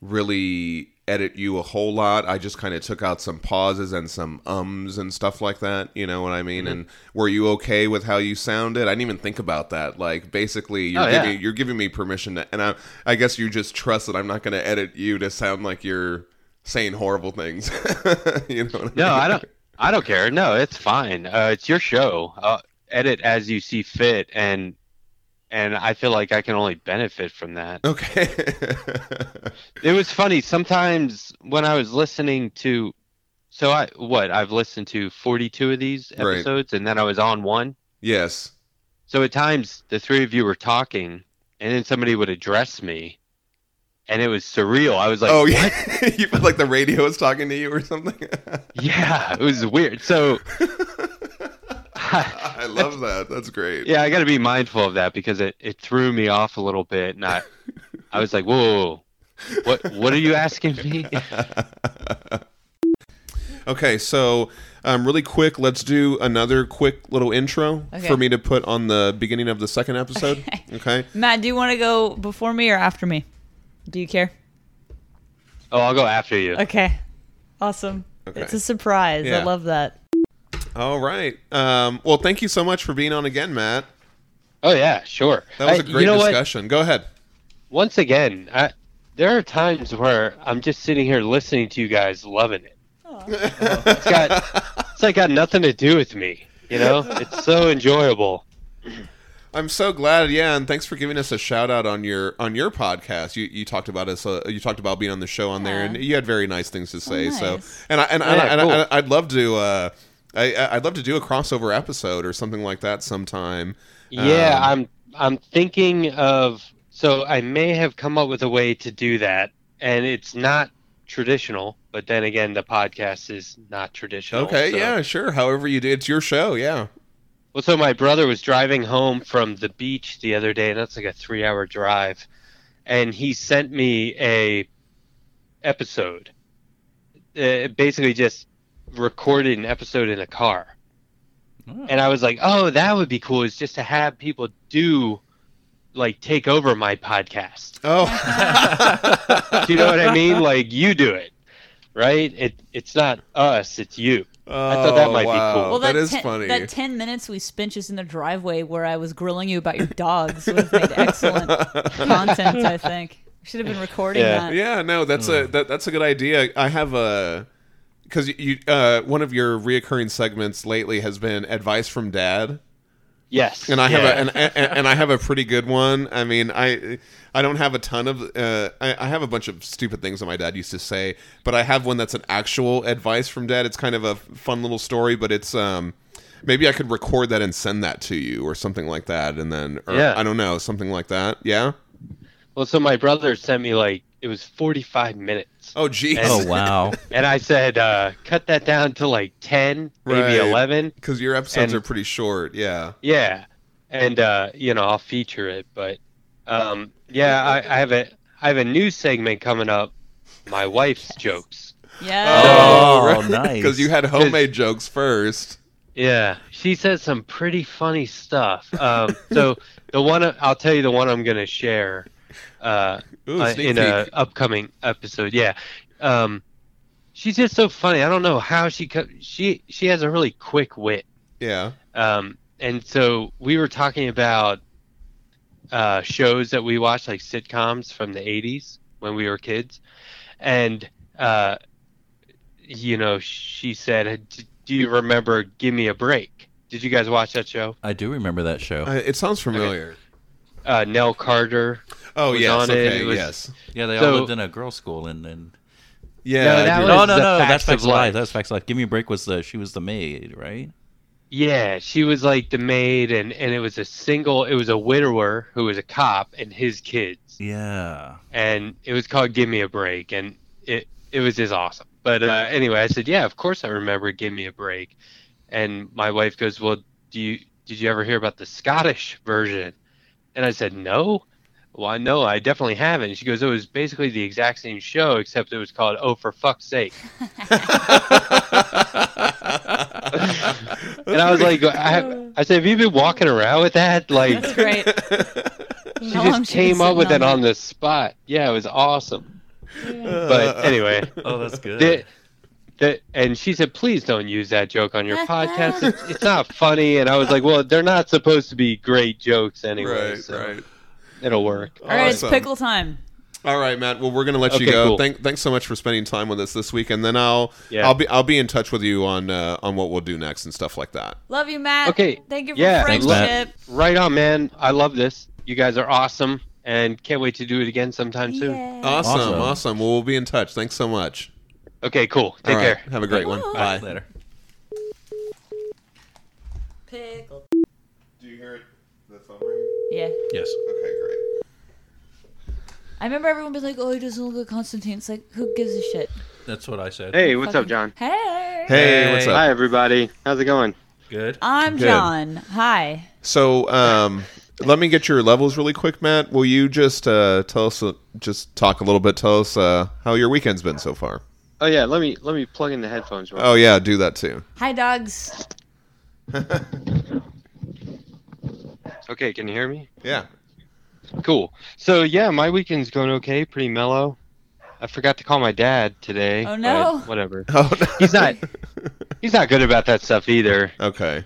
B: really edit you a whole lot. I just kind of took out some pauses and some ums and stuff like that, you know what I
G: Mm-hmm.
B: mean? And were you okay with how you sounded? I didn't even think about that. Like basically you're
G: Oh, yeah.
B: giving you're giving me permission to and I I guess you just trust that I'm not going to edit you to sound like you're saying horrible things. you know. What
G: No,
B: I, mean?
G: I don't. I don't care. No, it's fine. Uh, it's your show. Uh, edit as you see fit, and and I feel like I can only benefit from that.
B: Okay.
G: It was funny. Sometimes when I was listening to, so I what I've listened to forty two of these
B: Right.
G: episodes, and then I was on one.
B: yes.
G: So at times the three of you were talking, and then somebody would address me, and it was surreal. I was like,
B: oh, yeah. you felt like the radio was talking to you or something.
G: yeah, it was weird. So.
B: I love that. That's great.
G: yeah i got to be mindful of that because it, it threw me off a little bit and i, I was like whoa, whoa, whoa. what what are you asking me
B: Okay, so um, really quick, let's do another quick little intro
D: Okay.
B: for me to put on the beginning of the second episode. okay.
D: Matt, do you want to go before me or after me? Do you care?
G: oh i'll go after you
D: Okay. Awesome.
B: Okay.
D: It's a surprise.
B: Yeah.
D: I love that.
B: All right. Um, well, thank you so much for being on again, Matt.
G: oh yeah sure
B: That was a
G: I-
B: great
G: you know what
B: discussion. Go ahead.
G: once again I, there are times where i'm just sitting here listening to you guys loving it it's got it's like got nothing to do with me you know it's so enjoyable
B: I'm so glad, yeah, and thanks for giving us a shout out on your on your podcast. You you talked about us, uh, you talked about being on the show on there, and you had very nice things to say. So,
D: nice.
B: and I and, I-
G: Yeah,
B: and, I-
G: cool.
B: and I, would love to, uh, I I- I'd love to do a crossover episode or something like that sometime.
G: Yeah,
B: Um,
G: I'm I'm thinking of so I may have come up with a way to do that and it's not traditional, but then again the podcast is not traditional.
B: okay,
G: Oh, so-
B: yeah, sure. However you do, it's your show, yeah.
G: Well so my brother was driving home from the beach the other day and that's like a 3-hour drive and he sent me a episode. Uh, basically just recorded an episode in a car. And I was like, "Oh, that would be cool. Is just to have people do like take over my podcast."
B: Oh,
G: Do you know what I mean? Like you do it, right? It it's not us, it's you. thought that might be cool.
B: wow,
G: Well,
B: Oh, that is
D: ten,
B: funny.
D: That ten minutes we spent just in the driveway where I was grilling you about your dogs would have made excellent content. I think should have been recording
G: Yeah.
D: that.
B: Yeah, no, that's
G: Hmm.
B: a that, that's a good idea. I have a because you uh, one of your reoccurring segments lately has been advice from dad,
G: Yes.
B: and I
G: yeah.
B: have a, and, and, and I have a pretty good one. I mean, I I don't have a ton of uh, I, I have a bunch of stupid things that my dad used to say, but I have one that's an actual advice from dad. It's kind of a fun little story, but it's um. Maybe I could record that and send that to you, or something like that, and then, or,
G: Yeah.
B: I don't know, something like that. Yeah.
G: well, so my brother sent me like it was 45 minutes,
B: Oh, geez.
C: Oh wow.
G: and I said, uh, "Cut that down to like 10,
B: Right.
G: maybe 11."
B: Because your episodes
G: And-
B: are pretty short. Yeah.
G: Yeah, and uh, you know I'll feature it, but um, yeah, I, I have a I have a new segment coming up. My wife's jokes.
D: Yeah.
C: Oh, nice.
B: Because you had homemade jokes first.
G: Yeah, she says some pretty funny stuff. Um, so the one I'll tell you the one I'm gonna share uh,
B: Ooh,
G: uh,
B: sneak
G: in a upcoming episode. Yeah, um, she's just so funny. I don't know how she co- she she has a really quick wit.
B: Yeah.
G: Um, and so we were talking about uh, shows that we watched, like sitcoms from the 80s when we were kids. And, uh, you know, she said, "D- Do you remember Give Me a Break? Did you guys watch that show?
C: I do remember that show.
B: Uh, it sounds familiar.
G: uh, Nell Carter.
B: Oh
G: was
B: yes,
G: on it,
B: okay,
G: it was-
B: yes,
C: Yeah, they
G: So-
C: all lived in a girls' school, and then
B: yeah.
G: No,
B: I
G: that
B: do.
G: was-
C: no, no,
G: the
C: no,
G: Facts
C: that's facts of
G: of
C: life.
G: Life.
C: That's facts of life. Give me a break. Was the she was the maid, right?
G: Yeah, she was like the maid, and and it was a single. It was a widower who was a cop and his kids,
C: Yeah.
G: and it was called "Give Me a Break," and it it was just awesome. But uh, anyway, I said, yeah, of course I remember "Give Me a Break," and my wife goes, well, do you did you ever hear about the Scottish version? And I said, no. Well, no, I definitely haven't. She goes, it was basically the exact same show, except it was called "Oh for fuck's sake." And I was like, I, I said, have you been walking around with that? Like,
D: That's great.
G: She just came up with it on the spot. Yeah, it was awesome.
B: Uh,
G: But anyway,
C: Oh, that's good.
G: the, the, and she said, please don't use that joke on your podcast. It's, it's not funny. And I was like, well, they're not supposed to be great jokes anyway.
B: right,
G: so
B: right.
G: It'll work.
D: All right, it's
B: Awesome.
D: pickle time.
B: All right, Matt. Well, we're gonna let you
G: Okay,
B: go.
G: cool.
B: Thank, thanks so much for spending time with us this week, and then I'll,
G: Yeah.
B: I'll be, I'll be in touch with you on, uh, on what we'll do next and stuff like that.
D: Love you, Matt.
G: Okay,
D: Thank you for
G: yeah,
C: thanks,
D: friendship.
C: Matt.
G: Right on, man. I love this. You guys are awesome and can't wait to do it again sometime soon.
D: Yeah.
B: Awesome, awesome.
C: Awesome.
B: Well, we'll be in touch. Thanks so much.
G: Okay, cool. Take
B: All right,
G: care.
B: Have a great one. Bye.
C: Bye. Later.
D: Pickle.
B: Do you hear it? The phone
D: Yeah.
C: Yes.
B: Okay, great.
D: I remember everyone being like, "Oh, he doesn't look like Constantine." It's like, who gives a shit?
C: That's what I said.
F: Hey, what's up,
D: Fucking-
F: John?
D: Hey.
B: Hey, what's up?
F: Hi, everybody. How's it going?
C: Good.
D: I'm
B: Good.
D: John. Hi.
B: So, um, let me get your levels really quick, Matt. Will you just uh, tell us, just talk a little bit? Tell us uh, how your weekend's been so far.
F: Oh yeah, let me let me plug in the headphones. Real
B: Oh yeah, do that too.
D: Hi, dogs.
G: Okay, can you hear me?
B: Yeah.
G: Cool. So yeah, my weekend's going okay, pretty mellow. I forgot to call my dad today.
D: Oh, no.
G: but Whatever.
B: Oh, no.
G: He's not. he's not good about that stuff either.
B: Okay.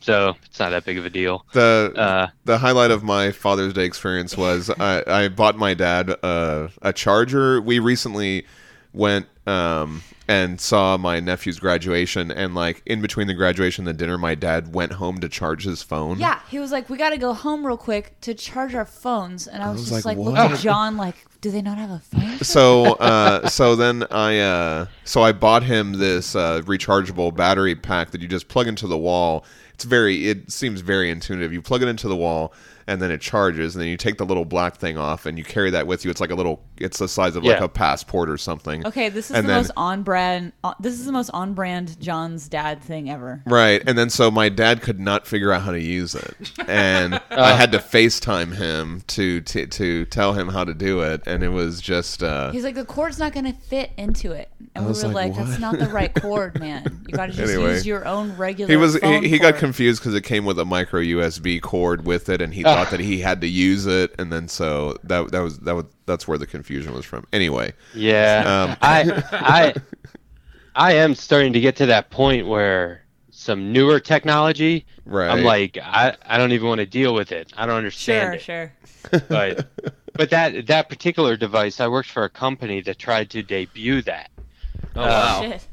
G: So it's not that big of a deal.
B: The
G: Uh,
B: the highlight of my Father's Day experience was I, I bought my dad a, a charger. We recently went um, and saw my nephew's graduation, and like in between the graduation and the dinner, my dad went home to charge his phone.
D: Yeah, he was like, "We got to go home real quick to charge our phones," and I was,
B: was
D: just
B: like,
D: like,
B: "What?"
D: looking at John, like, "Do they not have a phone?"
B: So uh, so then I uh, so I bought him this uh, rechargeable battery pack that you just plug into the wall. It's very it seems very intuitive. You plug it into the wall and then it charges, and then you take the little black thing off and you carry that with you. It's like a little it's the size of like
G: Yeah.
B: a passport or something.
D: Okay, this is
B: And
D: the
B: then-
D: most on brand. This is the most on brand John's dad thing ever.
B: Right, and then so my dad could not figure out how to use it, and I had to FaceTime him to, to to tell him how to do it, and it was just uh,
D: He's like, "The cord's not going to fit into it," and we
B: was
D: were
B: like,
D: like,
B: "What?"
D: "That's not the right cord, man. You got to just
B: Anyway.
D: use your own regular."
B: he was
D: phone
B: he, he got
D: cord."
B: confused because it came with a micro USB cord with it, and he thought that he had to use it, and then so that that was that was that's where the confusion was from. Anyway,
G: yeah.
B: um,
G: I I I am starting to get to that point where some newer technology.
B: right,
G: I'm like I, I don't even want to deal with it. I don't understand
D: Sure,
G: it.
D: sure.
G: but but that that particular device, I worked for a company that tried to debut that. Oh
C: wow.
D: Shit.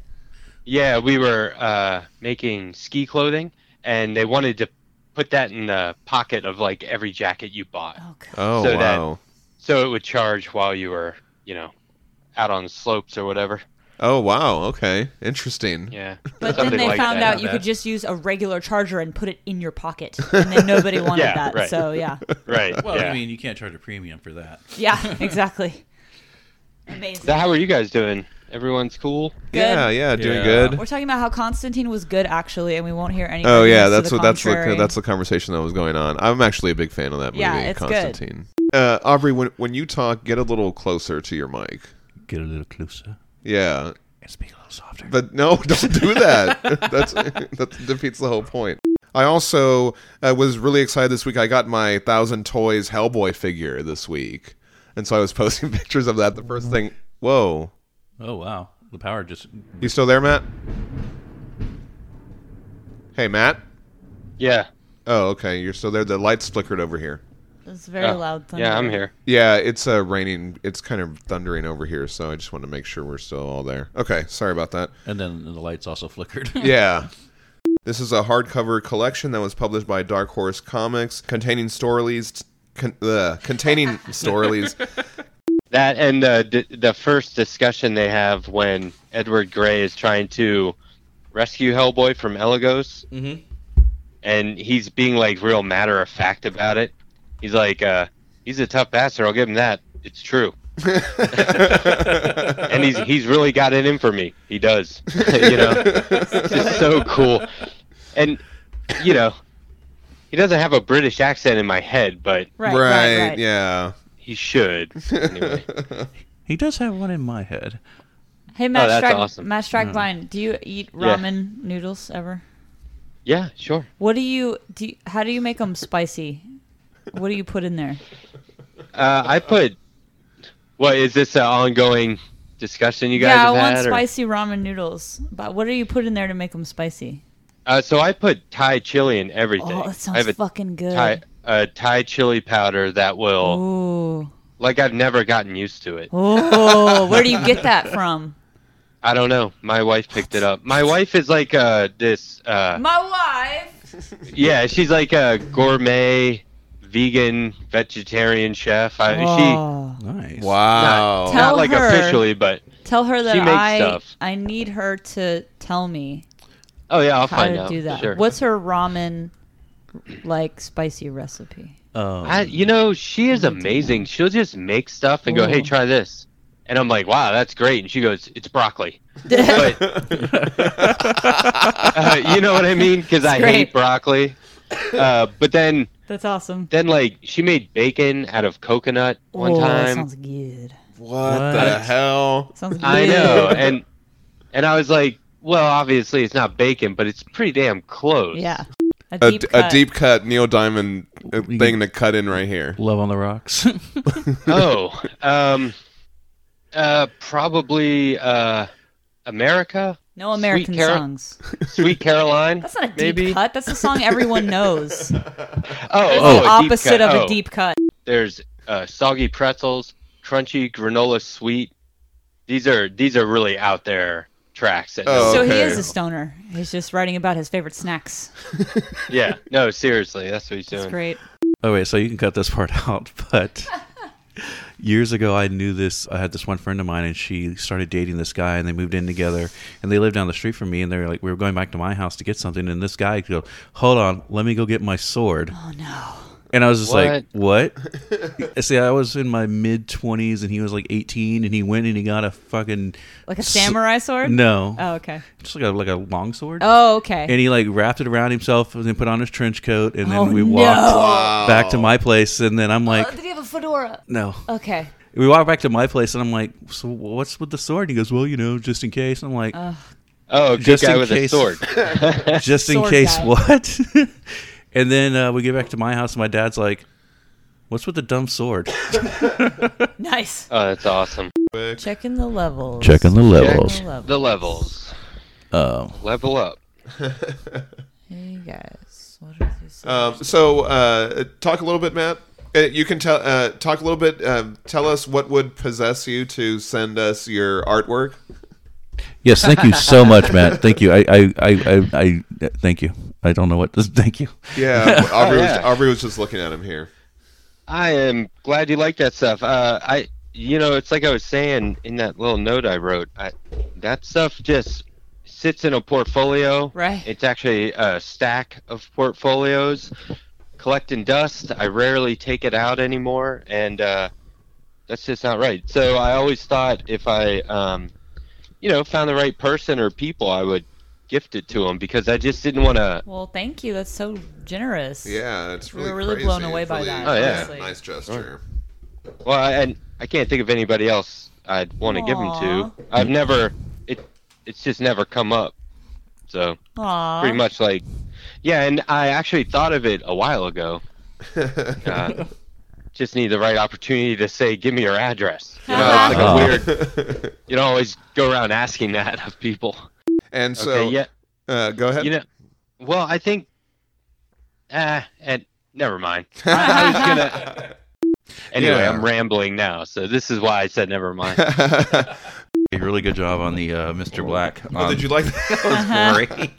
G: Yeah, we were uh, making ski clothing, and they wanted to put that in the pocket of like every jacket you bought,
D: Oh god.
B: oh
G: so that-
B: wow,
G: so it would charge while you were, you know, out on the slopes or whatever.
B: oh wow, okay, interesting.
G: Yeah,
D: But then they found out you
C: Not
D: could
C: bad.
D: just use a regular charger and put it in your pocket, and then nobody wanted
G: Yeah,
D: that.
G: right.
D: So yeah,
G: right?
C: Well,
G: yeah.
C: I mean, you can't charge a premium for that.
D: yeah, exactly. Amazing.
G: So how are you guys doing? Everyone's cool.
D: Good.
B: Yeah, yeah, doing
C: Yeah.
B: good.
D: We're talking about how Constantine was good actually, and we won't hear any.
B: Oh yeah,
D: arguments
B: that's
D: to
B: what that's the
D: contrary.
B: that's the conversation that was going on. I'm actually a big fan of that movie,
D: Yeah, it's good.
B: Constantine. Uh, Aubrey, when when you talk, get a little closer to your mic.
C: Get a little closer
B: Yeah,
C: and speak a little softer.
B: but no, don't do that. that's that defeats the whole point. I also uh, was really excited this week. I got my Thousand Toys Hellboy figure this week, and so I was posting pictures of that. The first thing, whoa,
C: oh wow, the power just
B: you still there, Matt? Hey, Matt.
G: Yeah.
B: Oh, okay, you're still there. The lights flickered over here.
D: It's very
G: Oh,
D: loud. Thunder.
G: Yeah, I'm here.
B: Yeah, it's uh, raining. It's kind of thundering over here, so I just want to make sure we're still all there. Okay, sorry about that.
C: and then the lights also flickered.
B: Yeah. This is a hardcover collection that was published by Dark Horse Comics containing stories con- uh, containing Storley's.
G: That and the d- the first discussion they have when Edward Grey is trying to rescue Hellboy from Elagos,
C: Mm-hmm.
G: and he's being like real matter of fact about it. He's like, uh, he's a tough bastard. I'll give him that. It's true, and he's he's really got it in for me. He does, you know. It's just so cool, and you know, he doesn't have a British accent in my head, but
B: right,
D: Right, right, right.
B: yeah.
G: he should. Anyway.
C: He does have one in my head.
D: Hey, Matt,
G: Oh, that's
D: Strag-
G: awesome. Mm-hmm.
D: Matt Strackbine, do you eat
G: Yeah.
D: ramen noodles ever?
G: yeah, sure.
D: What do you do? you- how do you make them spicy? What do you put in there?
G: Uh, I put. What is this an ongoing discussion you guys
D: yeah, I
G: have
D: want
G: had? or-
D: spicy ramen noodles, but what do you put in there to make them spicy?
G: Uh, so I put Thai chili in everything.
D: Oh, that
G: I
D: sounds
G: have a
D: fucking good.
G: Thai, a Thai chili powder that will,
D: Ooh,
G: like, I've never gotten used to it.
D: oh, where do you get that from?
G: I don't know. My wife picked it up. My wife is like uh, this. Uh,
D: My wife.
G: yeah, she's like a gourmet, vegan, vegetarian chef. I, Uh, She
D: Oh.
C: Nice.
B: Wow.
D: Tell
G: not like
D: her.
G: officially, but
D: Tell her that
G: She makes
D: I
G: stuff.
D: I need her to tell me
G: oh yeah, I'll
D: how
G: find
D: to
G: out.
D: do that.
G: Sure.
D: What's her ramen like spicy recipe?
C: Um,
G: I, you know, she is amazing. She'll just make stuff and go, "Hey,
D: Ooh.
G: try this," and I'm like, "Wow, that's great." And she goes, "It's broccoli," but uh, you know what I mean? Because I
D: great.
G: hate broccoli. Uh, but then,
D: That's awesome.
G: then like she made bacon out of coconut one
D: oh, That
G: time.
D: sounds good.
B: What, the
C: What?
B: hell?
D: Sounds good.
G: I know, and and I was like, "Well, obviously it's not bacon, but it's pretty damn close."
D: yeah. A
B: A
D: deep,
B: d- a
D: cut.
B: deep cut Neil Diamond uh, thing to cut in right here.
C: Love on the rocks.
G: Oh, um, uh, probably uh, America.
D: No American
G: Sweet carrot.
D: songs.
G: Sweet Caroline.
D: That's not a deep
G: maybe?
D: cut. That's a song everyone knows.
G: Oh,
D: the
G: oh, a deep
D: opposite
G: cut.
D: of a
G: Oh,
D: deep cut.
G: There's uh, soggy pretzels, crunchy granola sweet. These are these are really out there tracks. That
B: Oh,
D: So he
B: okay.
D: is a stoner. He's just writing about his favorite snacks.
G: yeah, no, seriously, that's what he's
D: That's
G: doing.
D: great.
C: Oh wait, so you can cut this part out, but years ago I knew this I had this one friend of mine and she started dating this guy and they moved in together and they lived down the street from me and they were like we were going back to my house to get something and this guy go, Hold on, let me go get my sword
D: Oh no.
C: and I was just like, What? See, I was in my mid twenties and he was like eighteen and he went and he got a fucking
D: Like a
C: S-
D: samurai sword?
C: No.
D: Oh okay.
C: Just like a like a long sword.
D: Oh okay.
C: And he like wrapped it around himself and then put on his trench coat and then
D: Oh,
C: we
D: no.
C: walked back
H: Oh.
C: to my place and then I'm like
I: Oh, did he have a fedora?
C: no.
D: okay.
C: We walk back to my place, and I'm like, "So what's with the sword?" And he goes, "Well, you know, just in case." And I'm like,
I: Uh,
G: Oh, good
C: Just
G: guy
C: in
G: with
C: case.
G: a sword.
C: "Just in
D: sword
C: case,
D: guy.
C: what?" and then uh, we get back to my house, and my dad's like, "What's with the dumb sword?"
D: Nice.
G: Oh, that's awesome.
D: Checking the levels.
C: the
D: the levels.
G: The levels.
C: Oh,
G: Level up.
D: Hey guys, what are these?
B: Um, so, uh, talk a little bit, Matt. Uh, you can tell. Uh, talk a little bit. Um, tell us what would possess you to send us your artwork.
C: yes, thank you so much, Matt. Thank you. I, I, I, I, I thank you. I don't know what this. Thank you.
B: Yeah, Aubrey,
G: Oh, yeah.
B: Was, Aubrey was just looking at him here.
G: I am glad you like that stuff. Uh, I, you know, it's like I was saying in that little note I wrote. I, that stuff just sits in a portfolio.
D: Right.
G: It's actually a stack of portfolios, collecting dust. I rarely take it out anymore, and uh, that's just not right. So I always thought if I, um, you know, found the right person or people, I would gift it to them because I just didn't want to.
D: Well, thank you. That's so generous.
B: Yeah, it's
D: We
B: really
D: were really
B: crazy.
D: blown away
B: It's
D: by
B: really-
D: that,
G: Oh, yeah.
D: honestly.
B: nice gesture.
G: Well, I- and I can't think of anybody else I'd want to give them
D: Aw.
G: to. I've never it it's just never come up. So
D: Aw.
G: pretty much like yeah, and I actually thought of it a while ago. Uh, just need the right opportunity to say, "Give me your address." You know, it's like
B: Uh-huh.
C: Ah.
G: a weird. You don't always go around asking that of people.
B: and so,
G: okay, yeah,
B: uh, go ahead.
G: you know. Well, I think. Ah, and never mind. I was gonna. Anyway,
B: Yeah.
G: I'm rambling now, so this is why I said never mind.
H: a really good job on the uh, Mr. Black.
B: Oh,
H: on-
B: did you like that?
D: Uh-huh.
H: Great.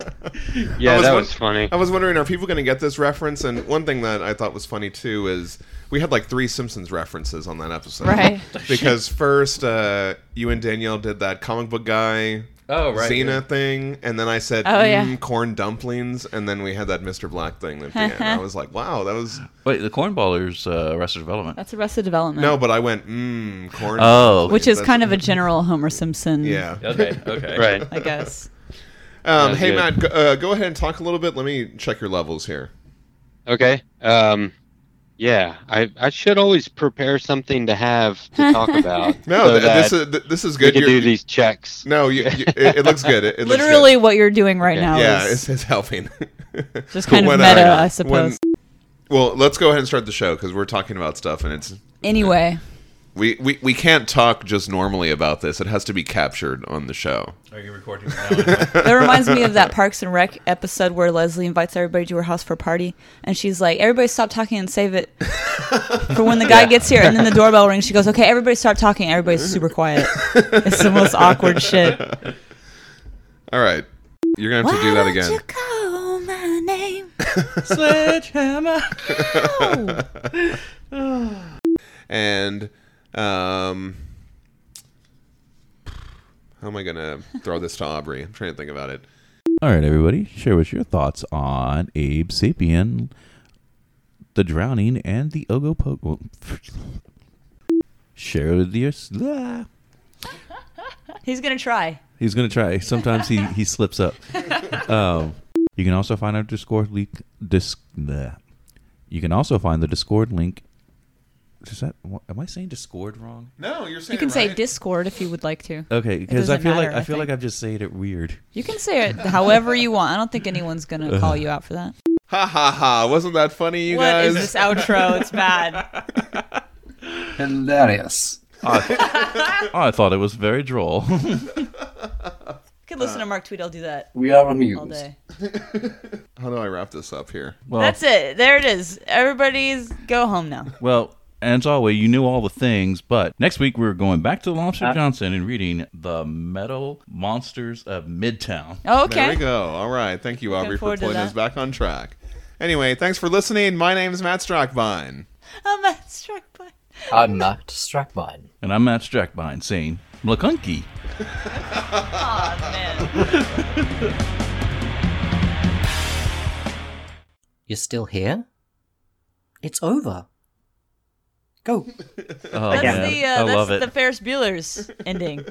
G: Yeah,
B: was
G: that
B: won-
G: was funny.
B: I was wondering, are people going to get this reference? And one thing that I thought was funny too is we had like three Simpsons references on that episode,
D: Right.
B: Because first, uh, you and Danielle did that comic book guy.
H: Oh, right,
B: Xena
H: yeah.
B: thing, and then I said,
D: Oh, yeah.
B: "Mm, corn dumplings," and then we had that Mr. Black thing at the end. I was like, "Wow, that was
H: Wait, the cornballers uh, Arrested Development.
D: That's Arrested Development.
B: no," but I went, "Mmm, corn."
H: Oh,
B: dumplings."
D: which is
B: That's-
D: kind of a general Homer Simpson.
B: yeah.
H: Okay, okay.
G: Right.
D: I guess.
B: Um,
G: was
B: hey
G: good.
B: Matt, go, uh, go ahead and talk a little bit. Let me check your levels here.
G: Okay. Um, yeah, I, I should always prepare something to have to talk about.
B: No,
G: so
B: th-
G: that
B: this is th- this is
G: we
B: good.
G: can
B: You're-
G: do these checks.
B: No, you, you, it, it looks good. It, it looks good.
D: Literally, what you're doing right now
B: yeah,
D: is
B: it's, it's helping.
D: just kind of
B: When,
D: meta,
B: uh,
D: I suppose.
B: when- well, let's go ahead and start the show because we're talking about stuff, and it's
D: anyway,
B: we, we we can't talk just normally about this. It has to be captured on the show.
H: Are you recording now?
D: that reminds me of that Parks and Rec episode where Leslie invites everybody to her house for a party, and she's like, "Everybody, stop talking and save it for when the guy gets here." And then the doorbell rings. She goes, "Okay, everybody, stop talking." Everybody's super quiet. It's the most awkward shit.
B: All right, you're gonna have to do that again.
D: call my name?
H: Sledgehammer.
B: And um, how am I gonna throw this to Aubrey? I'm trying to think about it.
C: All right, everybody, share with your thoughts on Abe Sapien, the drowning, and the Ogopogo. Share with your. Ah.
D: He's gonna try.
C: He's gonna try. Sometimes he he slips up. Um, you can also find our Discord link. Disc. bleh. You can also find the Discord link. Is that? what- Am I saying Discord wrong?
B: No, you're saying
D: You can
B: it
D: say
B: right.
D: Discord if you would like to.
C: Okay, because I
D: doesn't
C: feel
D: matter,
C: like I
D: I
C: feel
D: think.
C: like I've just said it weird.
D: You can say it however you want. I don't think anyone's gonna call you out for that.
B: ha ha ha! Wasn't that funny, you
D: What
B: guys?
D: is this outro? It's bad.
E: Hilarious.
C: Oh, I thought it was very droll.
D: Could listen to Mark Tweedle do that
E: We are
D: all
E: amused.
D: day.
B: How do I wrap this up here?
C: well,
D: That's it. There it is. Everybody's go home now.
H: well, as always, you knew all the things, but next week we're going back to the Lobster Johnson and reading The Metal Monsters of Midtown.
B: There we
D: Okay.
B: go. All right. Thank you, Aubrey, for
D: forward to
B: putting us
D: that.
B: back on track. Anyway, thanks for listening. My name's Matt Strockbine.
D: I'm not struck by.
E: I'm Matt Strackbine.
H: And I'm Matt Strackbine saying, McCunky.
D: Oh man.
J: You're still here? It's over. Go.
H: Oh,
D: That's
H: man.
D: the uh,
H: I love
D: that's
H: it.
D: the Ferris Bueller's ending.